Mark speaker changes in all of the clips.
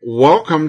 Speaker 1: Welcome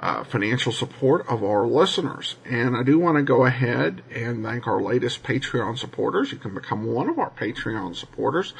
Speaker 1: uh, financial support of our listeners. And I do want to go ahead and thank our latest Patreon supporters. You can become one of our Patreon supporters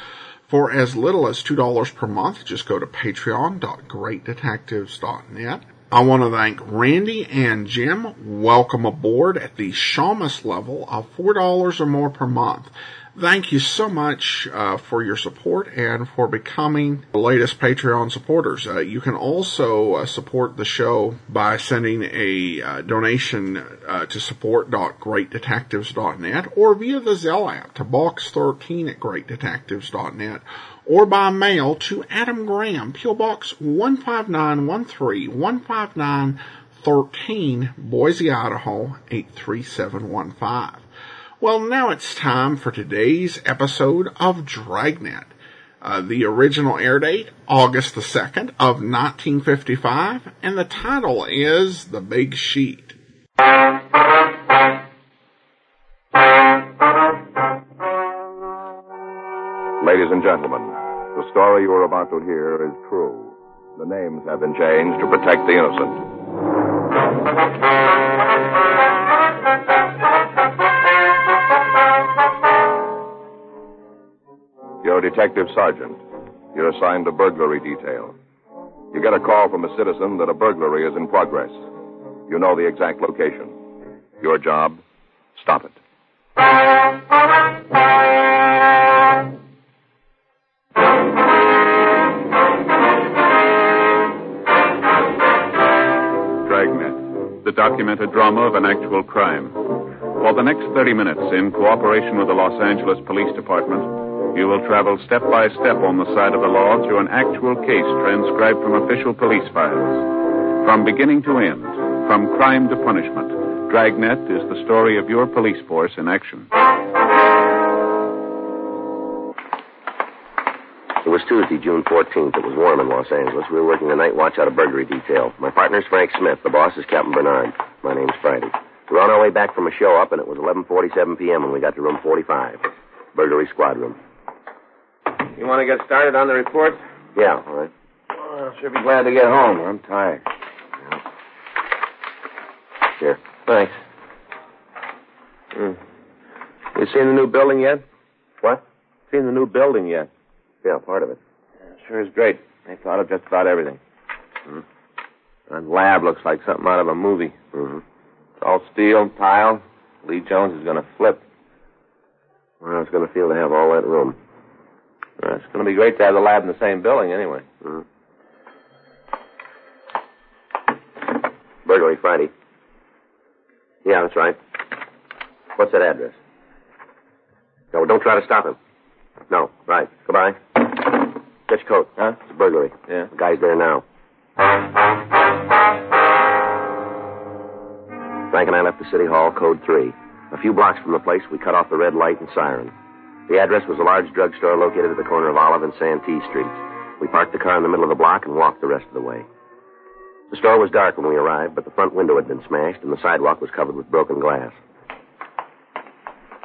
Speaker 1: for as little as $2 per month. Just go to patreon.greatdetectives.net. I want to thank Randy and Jim. Welcome aboard at the Shamus level of $4 or more per month. Thank you so much uh, for your support and for becoming the latest Patreon supporters. Uh, you can also uh, support the show by sending a uh, donation uh, to support.greatdetectives.net or via the Zelle app to box13 at greatdetectives.net or by mail to Adam Graham, P.O. Box 15913 15913, Boise, Idaho 83715. Well, now it's time for today's episode of Dragnet. Uh, the original air date, August the 2nd of 1955, and the title is The Big Sheet.
Speaker 2: Ladies and gentlemen, the story you are about to hear is true. The names have been changed to protect the innocent. You're a detective sergeant. You're assigned to burglary detail. You get a call from a citizen that a burglary is in progress. You know the exact location. Your job? Stop it.
Speaker 3: Dragnet, the documented drama of an actual crime. For the next 30 minutes, in cooperation with the Los Angeles Police Department, you will travel step by step on the side of the law through an actual case transcribed from official police files. From beginning to end, from crime to punishment, Dragnet is the story of your police force in action.
Speaker 4: It was Tuesday, June 14th. It was warm in Los Angeles. We were working the night watch out of burglary detail. My partner's Frank Smith. The boss is Captain Bernard. My name's Friday. We were on our way back from a show up, and it was 11:47 p.m. when we got to room 45, burglary squad room.
Speaker 5: You want to get started on the report?
Speaker 4: Yeah, all right.
Speaker 5: Well, should be glad to get home. I'm tired.
Speaker 4: Here, thanks.
Speaker 5: Hmm. You seen the new building yet?
Speaker 4: What?
Speaker 5: Seen the new building yet?
Speaker 4: Yeah, part of it.
Speaker 5: Sure is great. They thought of just about everything. Hmm? That lab looks like something out of a movie.
Speaker 4: Mm-hmm.
Speaker 5: It's all steel, tile. Lee Jones is going to flip.
Speaker 4: Well, it's going to feel to have all that room.
Speaker 5: Uh, It's going to be great to have the lab in the same building, anyway.
Speaker 4: Mm. Burglary Friday. Yeah, that's right. What's that address? No, don't try to stop him. No, right. Goodbye. Ditch coat.
Speaker 5: Huh?
Speaker 4: It's a burglary.
Speaker 5: Yeah.
Speaker 4: The guy's there now. Frank and I left the City Hall, Code 3. A few blocks from the place, we cut off the red light and siren. The address was a large drugstore located at the corner of Olive and Santee Streets. We parked the car in the middle of the block and walked the rest of the way. The store was dark when we arrived, but the front window had been smashed and the sidewalk was covered with broken glass.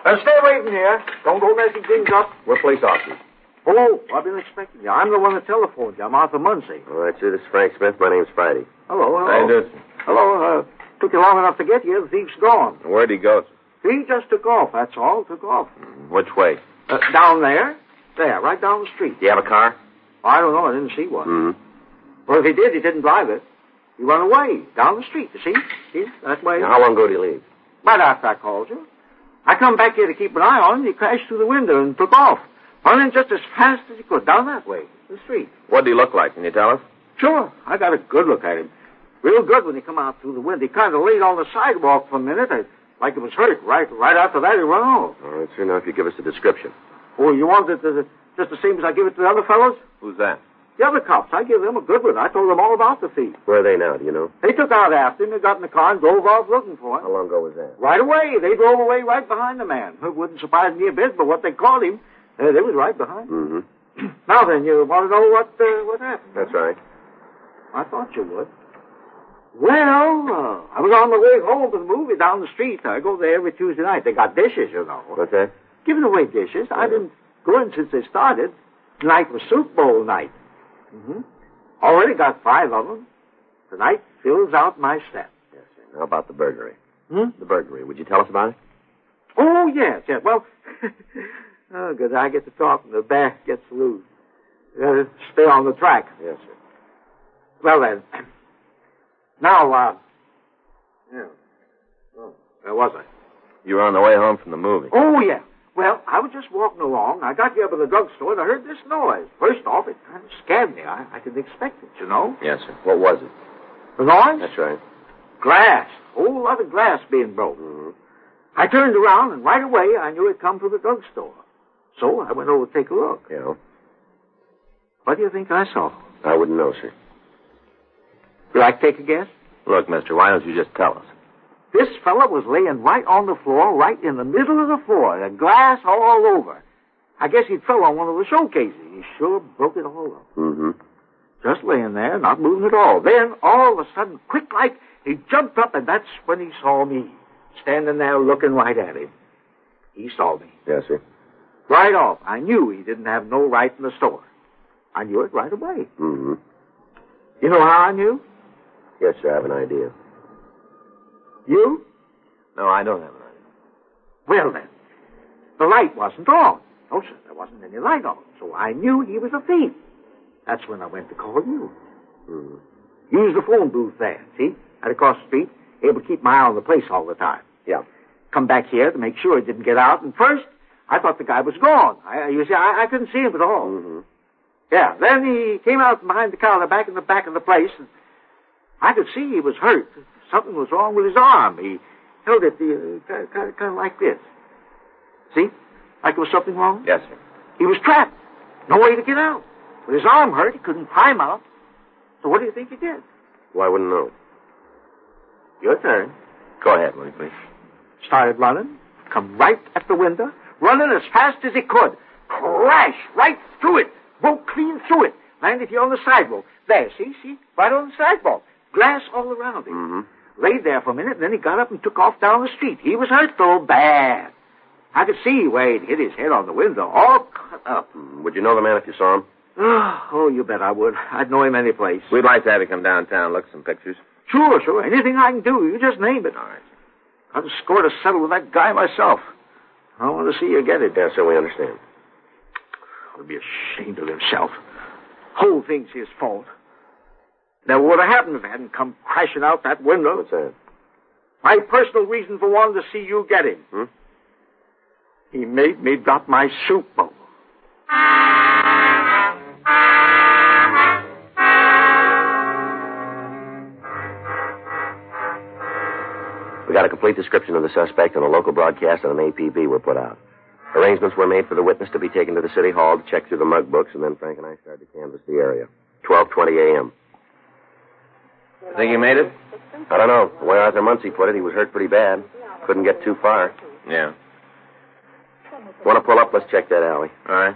Speaker 6: Uh, stay waiting here. Don't go messing things up.
Speaker 4: We're police officers.
Speaker 6: Hello, I've been expecting you. I'm the one that telephoned you. I'm Arthur Munsey.
Speaker 4: All right, sir, this is Frank Smith. My name's Friday.
Speaker 6: Hello, hello.
Speaker 5: Hey, dude.
Speaker 6: Hello, uh, took you long enough to get here. The thief's gone.
Speaker 5: Where'd he go?
Speaker 6: He just took off, that's all. Took off.
Speaker 5: Which way?
Speaker 6: Uh, down there? There, right down the street.
Speaker 4: Do you have a car?
Speaker 6: I don't know, I didn't see one.
Speaker 4: Mm-hmm.
Speaker 6: Well, if he did, he didn't drive it. He ran away, down the street, you see? See, that way.
Speaker 4: Now, how long ago did he leave?
Speaker 6: Right after I called you. I come back here to keep an eye on him. He crashed through the window and took off. Running just as fast as he could, down that way, the street.
Speaker 5: What'd he look like? Can you tell us?
Speaker 6: Sure. I got a good look at him. Real good when he come out through the window. He kind of laid on the sidewalk for a minute, uh, like he was hurt. Right right after that, he run off.
Speaker 4: All right, sir, now if you give us a description.
Speaker 6: Oh, you want it uh, just the same as I give it to the other fellows?
Speaker 5: Who's that?
Speaker 6: The other cops, I gave them a good one. I told them all about the thief.
Speaker 4: Where are they now, do you know?
Speaker 6: They took out after him. They got in the car and drove off looking for him.
Speaker 4: How long ago was that?
Speaker 6: Right away. They drove away right behind the man. It wouldn't surprise me a bit, but what they caught him, uh, they was right behind. him.
Speaker 4: Mm-hmm.
Speaker 6: Now then, you want to know what uh, what happened?
Speaker 4: That's right.
Speaker 6: I thought you would. Well, uh, I was on the way home from the movie down the street. I go there every Tuesday night. They got dishes, you know.
Speaker 4: What's that?
Speaker 6: Giving away dishes. I didn't go in since they started. Tonight was Soup Bowl night. hmm Already got five of them. Tonight fills out my set.
Speaker 4: Yes, sir. How about the burglary?
Speaker 6: Hmm?
Speaker 4: The burglary. Would you tell us about it?
Speaker 6: Oh, yes, yes. Well, oh, good. I get to talk and the back gets loose. Gotta stay on the track.
Speaker 4: Yes, sir.
Speaker 6: Well, then. Now, uh. Yeah. Oh, where was I?
Speaker 4: You were on the way home from the movie.
Speaker 6: Oh, yeah. Well, I was just walking along. I got here by the drugstore and I heard this noise. First off, it kind of scared me. I, I didn't expect it, you know.
Speaker 4: Yes, sir. What was it?
Speaker 6: The noise?
Speaker 4: That's right.
Speaker 6: Glass. Whole lot of glass being broken.
Speaker 4: Mm-hmm.
Speaker 6: I turned around and right away I knew it come from the drugstore. So I went over to take a look.
Speaker 4: You know,
Speaker 6: What do you think I saw?
Speaker 4: I wouldn't know, sir.
Speaker 6: You like to take a guess?
Speaker 4: Look, mister, why don't you just tell us?
Speaker 6: This fella was laying right on the floor, right in the middle of the floor, the glass all over. I guess he fell on one of the showcases. He sure broke it all up.
Speaker 4: Mm-hmm.
Speaker 6: Just laying there, not moving at all. Then, all of a sudden, quick like, he jumped up, and that's when he saw me. Standing there looking right at him. He saw me.
Speaker 4: Yes, sir.
Speaker 6: Right off. I knew he didn't have no right in the store. I knew it right away.
Speaker 4: Mm-hmm.
Speaker 6: You know how I knew?
Speaker 4: Yes, sir. I have an idea.
Speaker 6: You?
Speaker 4: No, I don't have an idea.
Speaker 6: Well then, the light wasn't on. No, sir, there wasn't any light on. So I knew he was a thief. That's when I went to call you.
Speaker 4: Mm-hmm.
Speaker 6: Use the phone booth there, see? Out across the street, able to keep my eye on the place all the time.
Speaker 4: Yeah.
Speaker 6: Come back here to make sure he didn't get out. And first, I thought the guy was gone. I, you see, I, I couldn't see him
Speaker 3: Hmm.
Speaker 6: at all.
Speaker 4: Mm-hmm.
Speaker 6: Yeah, then he came out from behind the counter, back in the back of the place, and I could see he was hurt. Something was wrong with his arm. He held it the, uh, kind, of, kind of like this. See? Like there was something wrong.
Speaker 4: Yes, sir.
Speaker 6: He was trapped. No way to get out. With his arm hurt, he couldn't climb out. So what do you think he did?
Speaker 4: Well, I wouldn't know.
Speaker 6: Your turn.
Speaker 4: Go ahead, Willie, please.
Speaker 6: Started running, come right at the window, running as fast as he could. Crash right through it. Broke clean through it. Landed here on the sidewalk. There, see, see? Right on the sidewalk. Glass all around him.
Speaker 3: Mm.
Speaker 4: Mm-hmm.
Speaker 6: Laid there for a minute, and then he got up and took off down the street. He was hurt, though, bad. I could see where he'd hit his head on the window, all cut up.
Speaker 4: Mm-hmm. Would you know the man if you saw him?
Speaker 6: Oh, you bet I would. I'd know him any place.
Speaker 5: We'd like to have you come downtown, look at some pictures.
Speaker 6: Sure, sure. Anything I can do, you just name it.
Speaker 5: All right.
Speaker 6: I've scored a settle with that guy myself. I want to see you get it.
Speaker 4: Yes, sir. We understand.
Speaker 6: He'll be ashamed of himself. Whole thing's his fault. Never would have happened if it hadn't come crashing out that window.
Speaker 4: What's that?
Speaker 6: My personal reason for wanting to see you get him.
Speaker 4: Hmm?
Speaker 6: He made me drop my soup bowl.
Speaker 4: We got a complete description of the suspect and a local broadcast and an APB were put out. Arrangements were made for the witness to be taken to the city hall to check through the mug books, and then Frank and I started to canvass the area. 12.20 a.m.
Speaker 5: Think you made it?
Speaker 4: I don't know. The way Arthur Muncie put it, he was hurt pretty bad. Couldn't get too far.
Speaker 5: Yeah.
Speaker 4: Want to pull up? Let's check that alley.
Speaker 5: All right.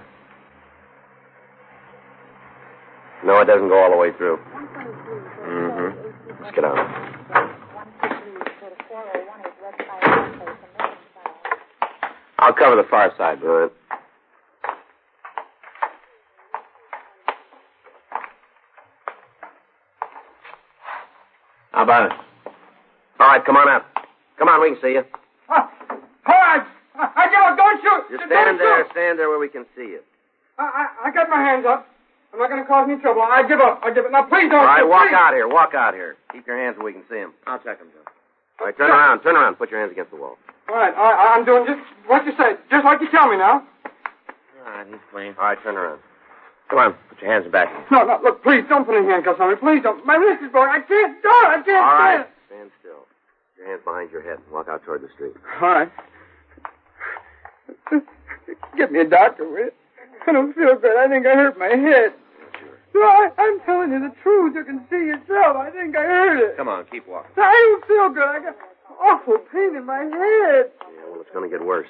Speaker 4: No, it doesn't go all the way through.
Speaker 5: Mm-hmm.
Speaker 4: Let's get out.
Speaker 5: I'll cover the far side.
Speaker 4: All right.
Speaker 5: How about it?
Speaker 4: All right, come on out. Come on, we can see you.
Speaker 7: Cards! I don't, don't shoot!
Speaker 4: Just
Speaker 7: Don't
Speaker 4: stand there.
Speaker 7: shoot!
Speaker 4: Stand there where we can see you.
Speaker 7: I, I, I got my hands up. I'm not going to cause any trouble. I give up. I give up. Now, please
Speaker 5: Oh,
Speaker 4: All
Speaker 7: don't
Speaker 4: right,
Speaker 7: shoot.
Speaker 4: walk
Speaker 7: please.
Speaker 4: out here. Walk out here. Keep your hands where we can see him. I'll check him, Joe. All right, turn around. Turn around. Put your hands against the wall.
Speaker 7: All right, all right. I'm doing just what you said, just like you tell me now.
Speaker 5: All right, he's clean.
Speaker 4: All right, turn around. Come on. Put your hands back.
Speaker 7: No, no, look, please don't put any handcuffs on me. Please don't. My wrist is broken. I can't do it. I can't
Speaker 4: All
Speaker 7: do
Speaker 4: right.
Speaker 7: it.
Speaker 4: Stand still. Your hands behind your head. and Walk out toward the street.
Speaker 7: All right. Get me a doctor, will you? I don't feel good. I think I hurt my head. No, I, I'm telling you the truth. You can see yourself. I think I heard it.
Speaker 5: Come on, keep walking.
Speaker 7: I don't feel good. I got awful pain in my head.
Speaker 4: Yeah, well, it's going to get worse.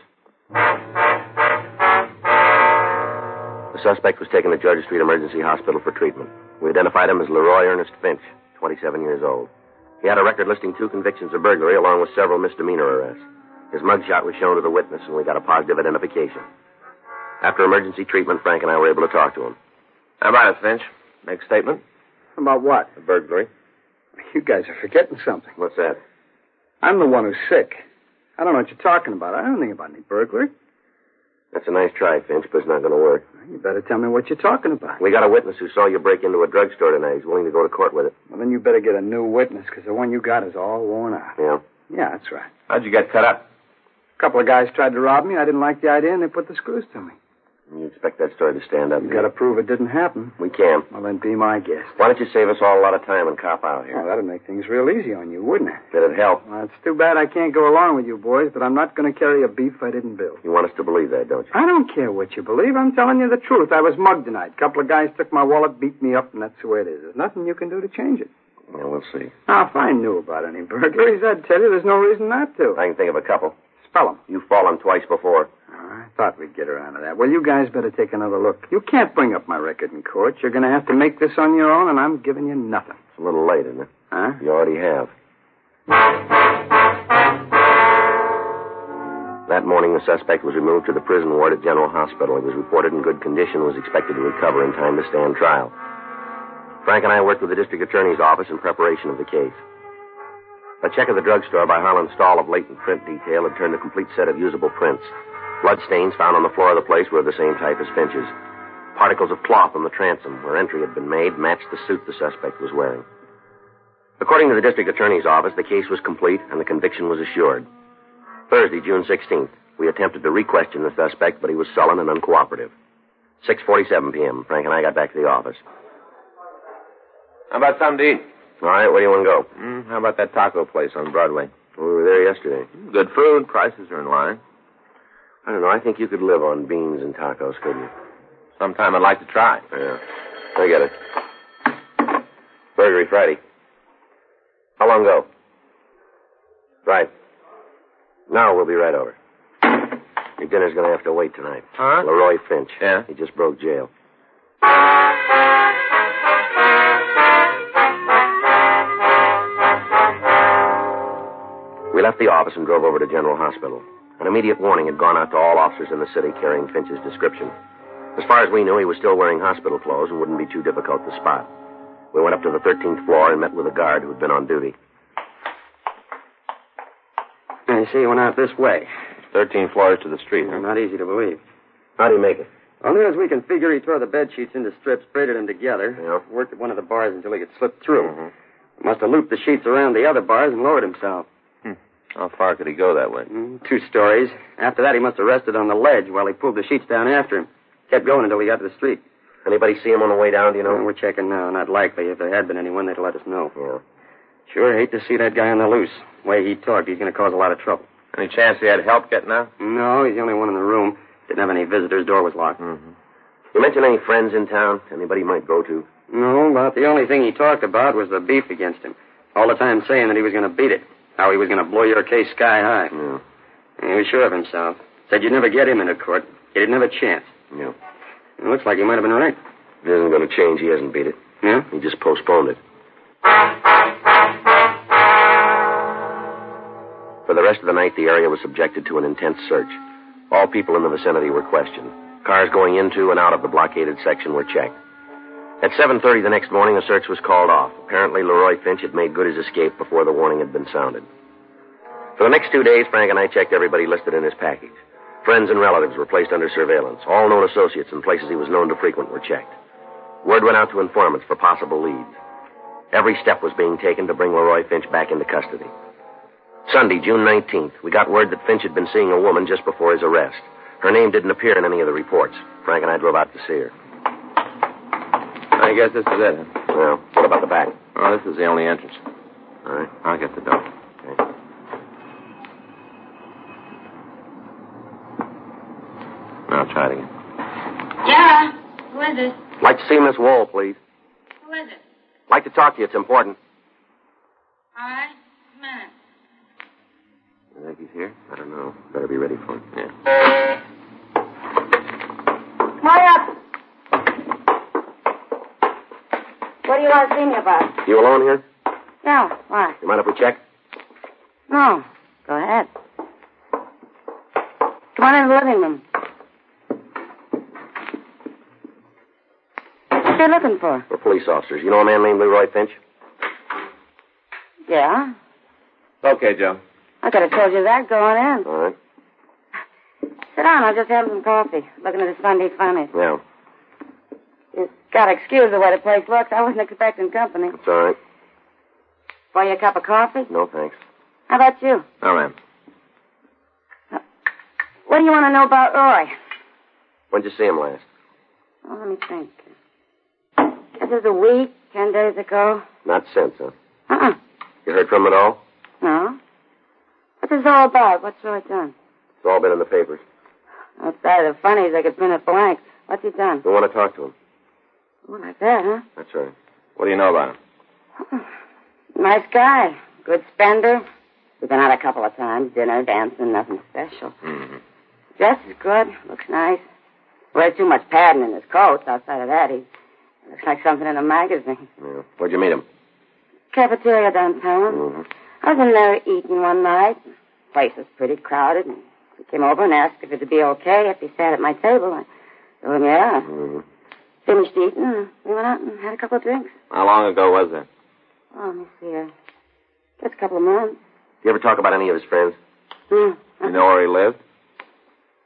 Speaker 4: The suspect was taken to Georgia Street Emergency Hospital for treatment. We identified him as Leroy Ernest Finch, 27 years old. He had a record listing two convictions of burglary along with several misdemeanor arrests. His mugshot was shown to the witness, and we got a positive identification. After emergency treatment, Frank and I were able to talk to him.
Speaker 5: How about it, Finch? Make a statement?
Speaker 6: About what?
Speaker 5: The burglary.
Speaker 6: You guys are forgetting something.
Speaker 5: What's that?
Speaker 6: I'm the one who's sick. I don't know what you're talking about. I don't know anything about any burglary.
Speaker 4: That's a nice try, Finch, but it's not going to work.
Speaker 6: You better tell me what you're talking about.
Speaker 4: We got a witness who saw you break into a drugstore tonight. He's willing to go to court with it.
Speaker 6: Well, then you better get a new witness, because the one you got is all worn out.
Speaker 4: Yeah.
Speaker 6: Yeah, that's right.
Speaker 5: How'd you get cut up?
Speaker 6: A couple of guys tried to rob me. I didn't like the idea, and they put the screws to me.
Speaker 4: You expect that story to stand up?
Speaker 6: You got to prove it didn't happen.
Speaker 4: We can.
Speaker 6: Well, then be my guest.
Speaker 4: Why don't you save us all a lot of time and cop out here?
Speaker 6: Yeah, that'd make things real easy on you, wouldn't it?
Speaker 4: Did it help?
Speaker 6: Well, it's too bad I can't go along with you boys, but I'm not going to carry a beef I didn't build.
Speaker 4: You want us to believe that, don't you?
Speaker 6: I don't care what you believe. I'm telling you the truth. I was mugged tonight. A couple of guys took my wallet, beat me up, and that's the way it is. There's nothing you can do to change it.
Speaker 4: Yeah, we'll see.
Speaker 6: Now, if I knew about any burglaries, I'd tell you there's no reason not to.
Speaker 4: I can think of a couple.
Speaker 6: Spell 'em.
Speaker 4: You've fallen twice before.
Speaker 6: I thought we'd get around to that. Well, you guys better take another look. You can't bring up my record in court. You're going to have to make this on your own, and I'm giving you nothing.
Speaker 4: It's a little late, isn't it?
Speaker 6: Huh?
Speaker 4: You already have. That morning, the suspect was removed to the prison ward at General Hospital. He was reported in good condition and was expected to recover in time to stand trial. Frank and I worked with the district attorney's office in preparation of the case. A check of the drugstore by Harlan Stahl of latent print detail had turned a complete set of usable prints. Bloodstains found on the floor of the place were of the same type as Finch's. Particles of cloth on the transom where entry had been made matched the suit the suspect was wearing. According to the district attorney's office, the case was complete and the conviction was assured. Thursday, June 16th, we attempted to re-question the suspect, but he was sullen and uncooperative. 6.47 p.m., Frank and I got back to the office.
Speaker 5: How about something to eat?
Speaker 4: All right, where do you want to go?
Speaker 5: Mm, how about that taco place on Broadway?
Speaker 4: We were there yesterday.
Speaker 5: Good food. Prices are in line.
Speaker 4: I don't know, I think you could live on beans and tacos, couldn't you?
Speaker 5: Sometime I'd like to try.
Speaker 4: Yeah, I get it. Burglary Friday. How long ago? Right. Now we'll be right over. Your dinner's going to have to wait tonight.
Speaker 5: Huh?
Speaker 4: Leroy Finch.
Speaker 5: Yeah?
Speaker 4: He just broke jail. We left the office and drove over to General Hospital. An immediate warning had gone out to all officers in the city carrying Finch's description. As far as we knew, he was still wearing hospital clothes and wouldn't be too difficult to spot. We went up to the 13th floor and met with a guard who'd been on duty.
Speaker 6: I see you went out this way.
Speaker 5: 13 floors to the street, huh?
Speaker 6: Not easy to believe.
Speaker 4: How'd he make it?
Speaker 6: Well, near as we can figure, he tore the bed sheets into strips, braided them together,
Speaker 4: Yeah.
Speaker 6: worked at one of the bars until he could slip through.
Speaker 5: Mm-hmm.
Speaker 6: Must have looped the sheets around the other bars and lowered himself.
Speaker 5: How far could he go that way?
Speaker 6: Mm, two stories. After that, he must have rested on the ledge while he pulled the sheets down after him. Kept going until he got to the street.
Speaker 4: Anybody see him on the way down, do you
Speaker 6: No,
Speaker 4: know?
Speaker 6: we're checking now. Not likely. If there had been anyone, they'd let us know.
Speaker 4: Yeah.
Speaker 6: Sure, hate to see that guy on the loose. way he talked, he's going to cause a lot of trouble.
Speaker 5: Any chance he had help getting out?
Speaker 6: No, he's the only one in the room. Didn't have any visitors. Door was locked.
Speaker 4: You mention any friends in town? Anybody he might go to?
Speaker 6: No, about the only thing he talked about was the beef against him. All the time saying that he was going to beat it. How he was going to blow your case sky high.
Speaker 4: Yeah.
Speaker 6: And he was sure of himself. Said you'd never get him into court. He didn't have a chance.
Speaker 4: Yeah.
Speaker 6: It looks like he might have been right.
Speaker 4: If it isn't going to change, he hasn't beat it.
Speaker 6: Yeah?
Speaker 4: He just postponed it. For the rest of the night, the area was subjected to an intense search. All people in the vicinity were questioned. Cars going into and out of the blockaded section were checked. At 7:30 the next morning, the search was called off. Apparently, Leroy Finch had made good his escape before the warning had been sounded. For the next two days, Frank and I checked everybody listed in his package. Friends and relatives were placed under surveillance. All known associates and places he was known to frequent were checked. Word went out to informants for possible leads. Every step was being taken to bring Leroy Finch back into custody. Sunday, June 19th, we got word that Finch had been seeing a woman just before his arrest. Her name didn't appear in any of the reports. Frank and I drove out to see her.
Speaker 5: I guess this is it. huh?
Speaker 4: Well, what about the back?
Speaker 5: Oh, this is the only entrance.
Speaker 4: All right.
Speaker 5: I'll get the door.
Speaker 4: Okay.
Speaker 5: Now I'll try it again.
Speaker 8: Yeah. Who is it?
Speaker 4: Like to see Miss Wall, please.
Speaker 8: Who is it?
Speaker 4: Like to talk to you. It's important.
Speaker 8: All right. Come in.
Speaker 4: You think he's here? I don't know. Better be ready for him. Yeah.
Speaker 9: Come on up. What do you want to see me about?
Speaker 4: You alone here?
Speaker 9: No, why?
Speaker 4: You mind if we check?
Speaker 9: No. Go ahead. Come on in the living room. What you looking for?
Speaker 4: We're police officers. You know a man named Leroy Finch?
Speaker 9: Yeah.
Speaker 5: Okay, Joe.
Speaker 9: I could have told you that. Go on in.
Speaker 4: All right.
Speaker 9: Sit down. I just had some coffee. Looking at the Sunday funnies.
Speaker 4: Yeah.
Speaker 9: You gotta excuse the way the place looks. I wasn't expecting company.
Speaker 4: It's all right.
Speaker 9: Buy you a cup of coffee?
Speaker 4: No, thanks.
Speaker 9: How about you?
Speaker 4: All right.
Speaker 9: What do you want to know about Roy?
Speaker 4: When'd you see him last?
Speaker 9: Well, let me think. This is a week, ten days ago.
Speaker 4: Not since, huh?
Speaker 9: Uh-uh.
Speaker 4: You heard from him at all?
Speaker 9: No. What's this all about? What's Roy done?
Speaker 4: It's all been in the papers.
Speaker 9: Outside of the funnies, I could print a blank. What's he done?
Speaker 4: We want to talk to him.
Speaker 9: Oh, like that, huh?
Speaker 4: That's right.
Speaker 5: What do you know about him?
Speaker 9: Nice guy. Good spender. We've been out a couple of times. Dinner, dancing, nothing special. Dresses good. Looks nice. Wears too much padding in his coat. Outside of that, he looks like something in a magazine.
Speaker 4: Yeah. Where'd you meet him?
Speaker 9: Cafeteria downtown.
Speaker 4: Mm-hmm.
Speaker 9: I was in there eating one night. Place was pretty crowded. And he came over and asked if it'd be okay if he sat at my table. I told him, yeah.
Speaker 4: Mm-hmm.
Speaker 9: Finished eating, and we went out and had a couple of drinks.
Speaker 5: How long ago was that?
Speaker 9: Oh, let me see. Uh, just a couple of months.
Speaker 4: You ever talk about any of his friends?
Speaker 9: Hmm.
Speaker 5: You know where he lived?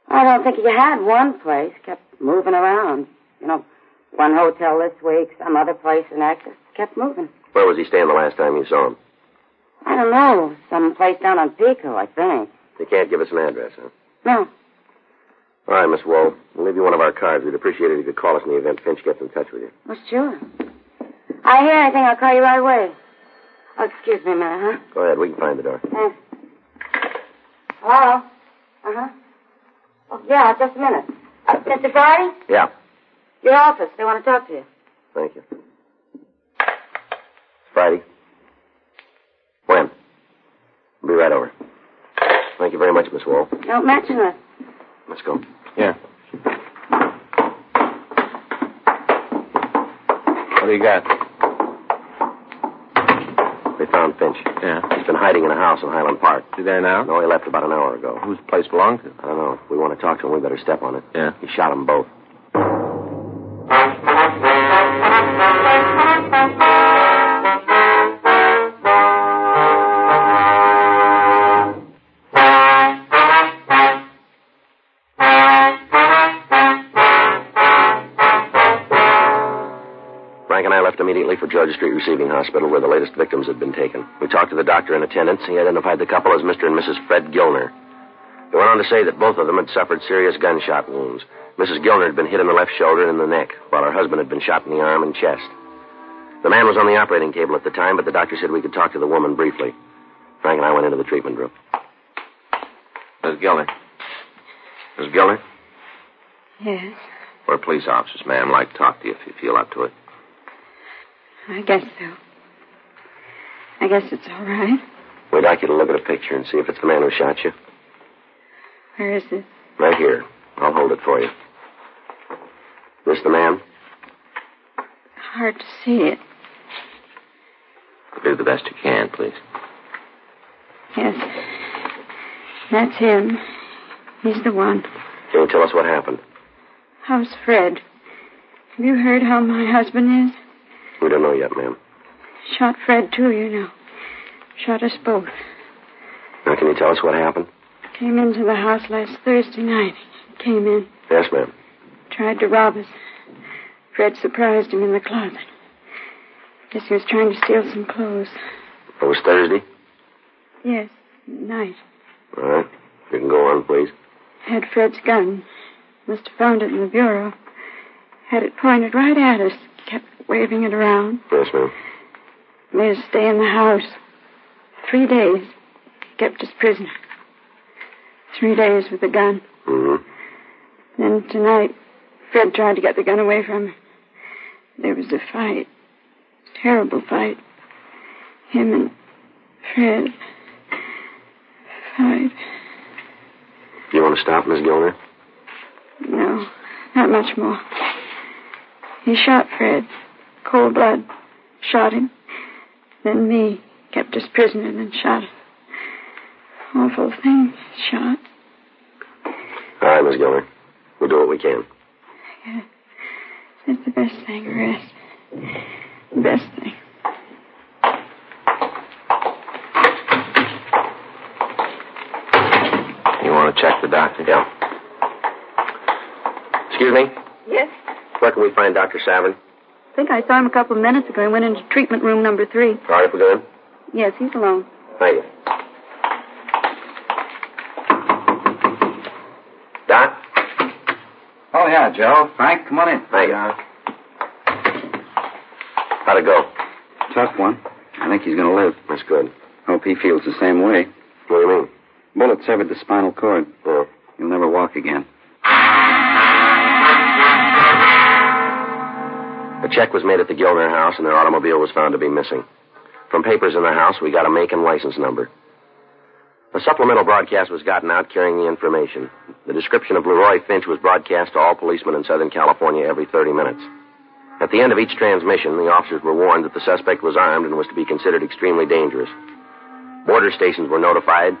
Speaker 9: I don't think he had one place. Kept moving around. You know, one hotel this week, some other place the next. Just kept moving.
Speaker 4: Where was he staying the last time you saw him?
Speaker 9: I don't know. Some place down on Pico, I think.
Speaker 4: You can't give us an address, huh?
Speaker 9: No.
Speaker 4: All right, Miss Woe. We'll leave you one of our cards. We'd appreciate it if you could call us in the event Finch gets in touch with you.
Speaker 9: Well, sure. I hear anything, I'll call you right away. Oh, excuse me a minute,
Speaker 4: Go ahead. We can find the door.
Speaker 9: huh? Thanks. Hello? Uh-huh. Oh, yeah, just a minute. Uh, Mr. Friday?
Speaker 4: Yeah.
Speaker 9: Your office. They want to talk to you.
Speaker 4: Thank you. Friday. When? I'll be right over. Thank you very much, Miss Wall.
Speaker 9: Don't mention us.
Speaker 4: Let's go.
Speaker 5: Yeah. What do you got?
Speaker 4: They found Finch.
Speaker 5: Yeah.
Speaker 4: He's been hiding in a house in Highland Park.
Speaker 5: You there now?
Speaker 4: No, he left about an hour ago.
Speaker 5: Whose place belonged to?
Speaker 4: I don't know. If we want to talk to him, we better step on it.
Speaker 5: Yeah.
Speaker 4: He shot them both. Frank and I left immediately for George Street Receiving Hospital, where the latest victims had been taken. We talked to the doctor in attendance. He identified the couple as Mr. and Mrs. Fred Gilner. He went on to say that both of them had suffered serious gunshot wounds. Mrs. Gilner had been hit in the left shoulder and in the neck, while her husband had been shot in the arm and chest. The man was on the operating table at the time, but the doctor said we could talk to the woman briefly. Frank and I went into the treatment room.
Speaker 5: Miss Gilner.
Speaker 4: Mrs. Gilner,
Speaker 9: Yes,
Speaker 4: we're police officers, ma'am. Like to talk to you if you feel up to it.
Speaker 9: I guess so. I guess it's all right.
Speaker 4: We'd like you to look at a picture and see if it's the man who shot you.
Speaker 9: Where is it?
Speaker 4: Right here. I'll hold it for you. This the man?
Speaker 9: Hard to see it.
Speaker 4: Do the best you can, please.
Speaker 9: Yes. That's him. He's the one.
Speaker 4: Can you tell us what happened?
Speaker 9: How's Fred? Have you heard how my husband is?
Speaker 4: We don't know yet, ma'am.
Speaker 9: Shot Fred, too, you know. Shot us both.
Speaker 4: Now, can you tell us what happened?
Speaker 9: Came into the house last Thursday night. Came in,
Speaker 4: Yes, ma'am.
Speaker 9: tried to rob us. Fred surprised him in the closet. Guess he was trying to steal some clothes.
Speaker 4: It was Thursday.
Speaker 9: Yes, night.
Speaker 4: All right. You can go on, please.
Speaker 9: Had Fred's gun. Must have found it in the bureau. Had it pointed right at us. Kept waving it around.
Speaker 4: Yes, ma'am.
Speaker 9: Made us stay in the house. Three days. Kept us prisoner. Three days with the gun.
Speaker 4: Mm-hmm.
Speaker 9: Then tonight, Fred tried to get the gun away from her. There was a fight.
Speaker 10: terrible fight. Him and Fred fight.
Speaker 4: You want to stop, Miss Gilner?
Speaker 10: No, not much more. He shot Fred. Cold blood. Shot him. Then me. Kept us prisoner and then shot him. Awful thing. Shot.
Speaker 4: All right, Miss Gilner. We'll do what we can.
Speaker 10: That's the best thing, rest. The best thing.
Speaker 4: You want to check the doctor? Yeah. Excuse me?
Speaker 11: Yes?
Speaker 4: Where can we find Dr. Savin?
Speaker 11: I think I saw him a couple of minutes ago. He went into treatment room number three.
Speaker 4: All right, if we go in.
Speaker 11: Yes, he's alone.
Speaker 4: Thank you. Doc?
Speaker 5: Oh, yeah, Joe. Frank, come on in.
Speaker 4: Thank you. How'd it go?
Speaker 5: Tough one. I think he's going to live.
Speaker 4: That's good.
Speaker 5: Hope he feels the same way.
Speaker 4: What do you mean?
Speaker 5: Bullet severed the spinal cord.
Speaker 4: Yeah.
Speaker 5: He'll never walk again.
Speaker 4: A check was made at the Gilner house, and their automobile was found to be missing. From papers in the house, we got a make and license number. A supplemental broadcast was gotten out carrying the information. The description of Leroy Finch was broadcast to all policemen in Southern California every 30 minutes. At the end of each transmission, the officers were warned that the suspect was armed and was to be considered extremely dangerous. Border stations were notified,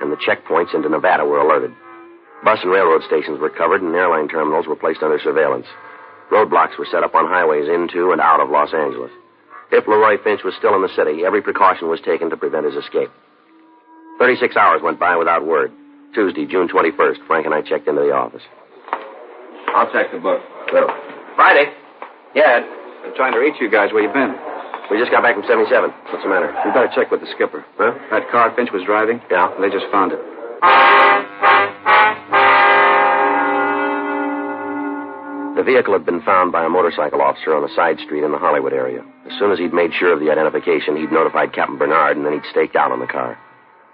Speaker 4: and the checkpoints into Nevada were alerted. Bus and railroad stations were covered, and airline terminals were placed under surveillance. Roadblocks were set up on highways into and out of Los Angeles. If Leroy Finch was still in the city, every precaution was taken to prevent his escape. 36 hours went by without word. Tuesday, June 21st, Frank and I checked into the office.
Speaker 5: I'll check the book.
Speaker 4: Well, Friday,
Speaker 5: Yeah, I'm trying to reach you guys. Where you been?
Speaker 4: we just got back from 77. What's the matter?
Speaker 5: You better check with the skipper.
Speaker 4: Huh?
Speaker 5: That car Finch was driving?
Speaker 4: Yeah.
Speaker 5: They just found it.
Speaker 4: The vehicle had been found by a motorcycle officer on a side street in the Hollywood area. As soon as he'd made sure of the identification, he'd notified Captain Bernard, and then he'd staked out on the car.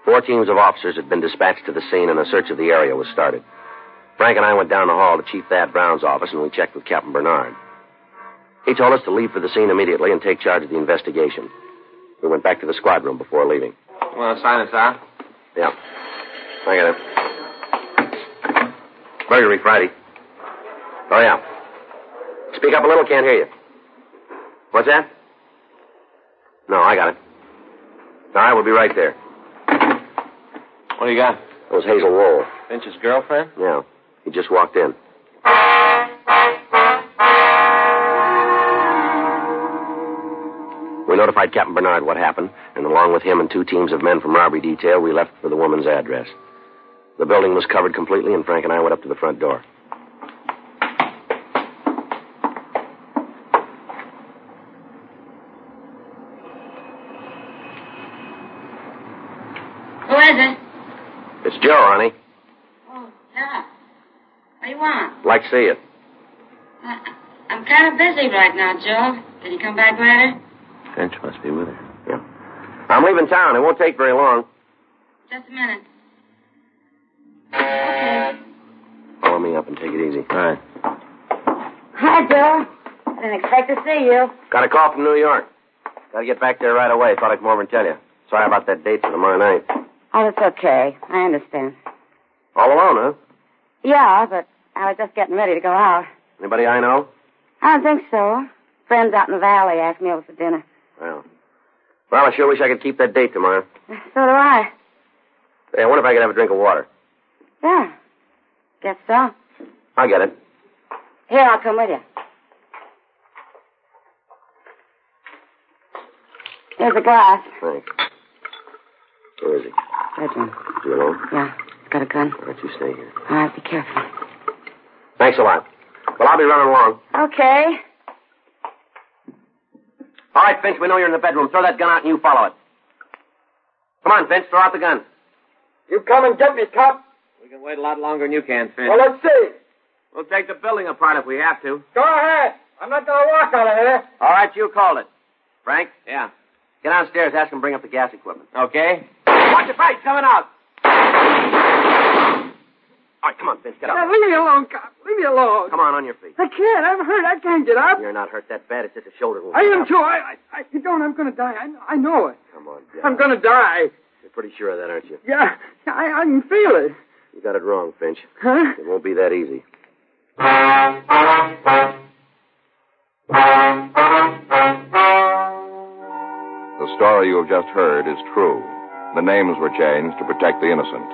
Speaker 4: Four teams of officers had been dispatched to the scene, and a search of the area was started. Frank and I went down the hall to Chief Thad Brown's office, and we checked with Captain Bernard. He told us to leave for the scene immediately and take charge of the investigation. We went back to the squad room before leaving.
Speaker 5: You want to sign us out?
Speaker 4: Yeah. I got it. Burglary Friday. Oh, yeah. Speak up a little, can't hear you. What's that? No, I got it. All right, we'll be right there.
Speaker 5: What do you got?
Speaker 4: It was Hazel Roll.
Speaker 5: Finch's girlfriend?
Speaker 4: Yeah. He just walked in. We notified Captain Bernard what happened, and along with him and two teams of men from robbery detail, we left for the woman's address. The building was covered completely, and Frank and I went up to the front door.
Speaker 8: Who is it?
Speaker 4: It's Joe, honey.
Speaker 8: Oh, yeah. What do you want?
Speaker 4: Like to see you.
Speaker 8: I, I'm kind of busy right now, Joe. Can you come back later?
Speaker 5: Finch must be with her.
Speaker 4: Yeah. I'm leaving town. It won't take very long.
Speaker 8: Just a minute. Okay.
Speaker 4: Follow me up and take it easy.
Speaker 5: All right.
Speaker 9: Hi, Joe. I didn't expect to see you.
Speaker 4: Got a call from New York. Gotta get back there right away. Thought I'd come over and tell you. Sorry about that date for tomorrow night.
Speaker 9: Oh, it's okay. I understand.
Speaker 4: All alone, huh?
Speaker 9: Yeah, but I was just getting ready to go out.
Speaker 4: Anybody I know?
Speaker 9: I don't think so. Friends out in the valley asked me over for dinner.
Speaker 4: Well. Well, I sure wish I could keep that date tomorrow.
Speaker 9: So do I.
Speaker 4: Hey, I wonder if I could have a drink of water.
Speaker 9: Yeah. Guess so.
Speaker 4: I'll get it.
Speaker 9: Here, I'll come with you. Here's a glass.
Speaker 4: Thanks. Where is he?
Speaker 9: Bedroom.
Speaker 4: Is he alone?
Speaker 9: Yeah. It's got a gun.
Speaker 4: Why don't you stay here?
Speaker 9: All right, be careful.
Speaker 4: Thanks a lot. Well, I'll be running along.
Speaker 9: Okay.
Speaker 4: All right, Finch, we know you're in the bedroom. Throw that gun out and you follow it. Come on, Finch, throw out the gun.
Speaker 6: You come and get me, cop.
Speaker 5: We can wait a lot longer than you can, Finch.
Speaker 6: Well, let's see.
Speaker 5: We'll take the building apart if we have to.
Speaker 6: Go ahead. I'm not going to walk out of here.
Speaker 4: All right, you called it. Frank,
Speaker 5: Yeah.
Speaker 4: get downstairs. Ask him to bring up the gas equipment.
Speaker 5: Okay.
Speaker 4: Watch your fight coming out. All right, come on, Vince, get up.
Speaker 7: Now, leave me alone, cop. Leave me alone.
Speaker 4: Come on, on your feet.
Speaker 7: I can't. I'm hurt. I can't get up.
Speaker 4: You're not hurt that bad. It's just a shoulder wound.
Speaker 7: I
Speaker 4: Get
Speaker 7: am
Speaker 4: up.
Speaker 7: too. I, I, I- you don't. I'm gonna die. I, I know it.
Speaker 4: Come on, get
Speaker 7: I'm
Speaker 4: up.
Speaker 7: gonna die.
Speaker 4: You're pretty sure of that, aren't you?
Speaker 7: Yeah, I, I can feel it.
Speaker 4: You got it wrong, Finch.
Speaker 7: Huh?
Speaker 4: It won't be that easy.
Speaker 2: The story you have just heard is true. The names were changed to protect the innocent.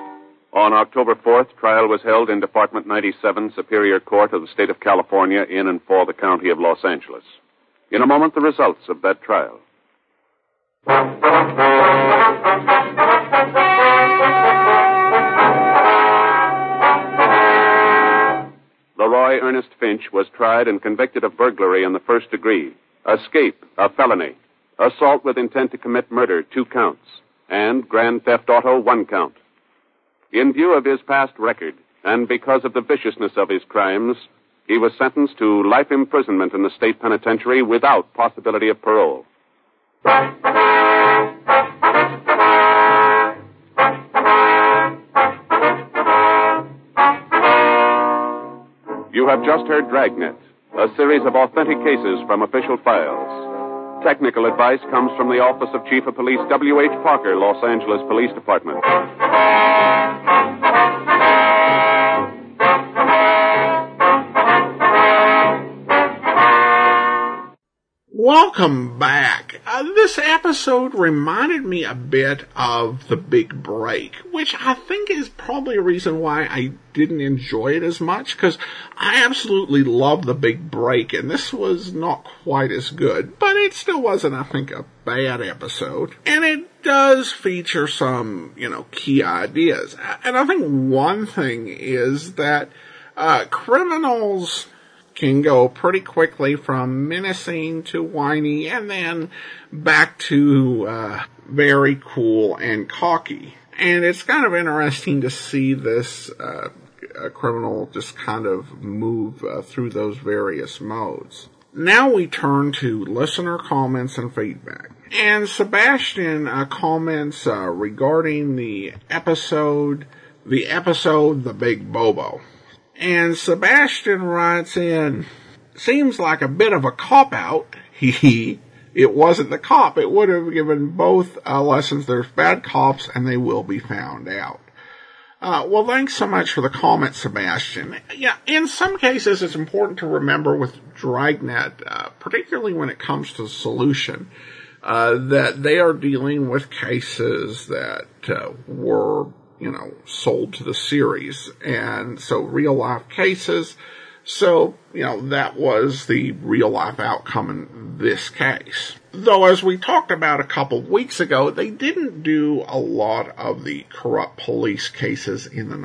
Speaker 3: On October 4th, trial was held in Department 97, Superior Court of the State of California, in and for the County of Los Angeles. In a moment, the results of that trial. Leroy Ernest Finch was tried and convicted of burglary in the first degree, escape, a felony, assault with intent to commit murder, two counts, and grand theft auto, one count. In view of his past record, and because of the viciousness of his crimes, he was sentenced to life imprisonment in the state penitentiary without possibility of parole. You have just heard Dragnet, a series of authentic cases from official files. Technical advice comes from the Office of Chief of Police W.H. Parker, Los Angeles Police Department.
Speaker 1: Welcome back. Uh, this episode reminded me a bit of The Big Break, which I think is probably a reason why I didn't enjoy it as much, because I absolutely love The Big Break, and this was not quite as good, but it still wasn't, I think, a bad episode. And it does feature some, you know, key ideas. And I think one thing is that uh, criminals can go pretty quickly from menacing to whiny and then back to uh, very cool and cocky. And it's kind of interesting to see this uh, uh, criminal just kind of move uh, through those various modes. Now we turn to listener comments and feedback. And Sebastian uh, comments uh, regarding the episode, the episode, The Big Bobo. And Sebastian writes in, seems like a bit of a cop out. Hee hee. It wasn't the cop. It would have given both uh, lessons. There's bad cops and they will be found out. Uh, well, thanks so much for the comment, Sebastian. Yeah, in some cases, it's important to remember with Dragnet, uh, particularly when it comes to solution, uh, that they are dealing with cases that uh, were, you know, sold to the series, and so real life cases. So, you know, that was the real life outcome in this case. Though, as we talked about a couple of weeks ago, they didn't do a lot of the corrupt police cases in the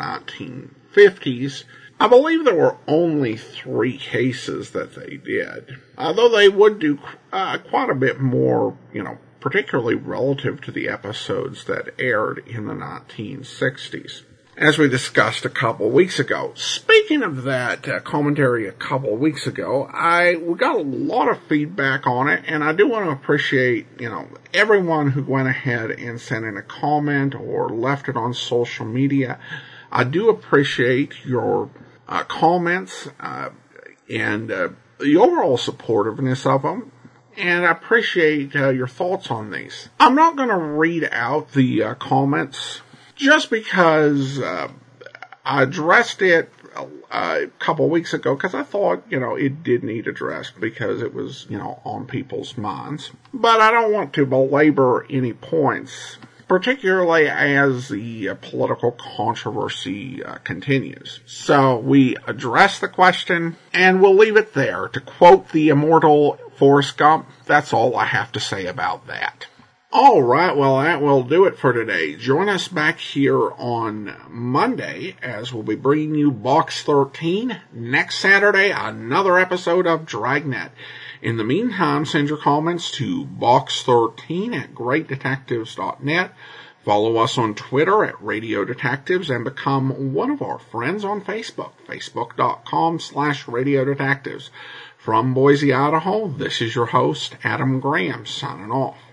Speaker 1: 1950s. I believe there were only three cases that they did, although they would do uh, quite a bit more, you know, particularly relative to the episodes that aired in the 1960s as we discussed a couple weeks ago. Speaking of that uh, commentary a couple weeks ago, I we got a lot of feedback on it, and I do want to appreciate you know everyone who went ahead and sent in a comment or left it on social media. I do appreciate your uh, comments uh, and uh, the overall supportiveness of them and I appreciate uh, your thoughts on these. I'm not going to read out the uh, comments just because uh, I addressed it uh, a couple weeks ago because I thought, you know, it did need addressed because it was, you know, on people's minds. But I don't want to belabor any points, particularly as the uh, political controversy uh, continues. So we address the question and we'll leave it there. To quote the immortal Forrest Gump, that's all I have to say about that. All right, well, that will do it for today. Join us back here on Monday as we'll be bringing you Box 13. Next Saturday, another episode of Dragnet. In the meantime, send your comments to box13 at greatdetectives.net. Follow us on Twitter at Radio Detectives and become one of our friends on Facebook, facebook.com slash Radio Detectives. From Boise, Idaho, this is your host, Adam Graham, signing off.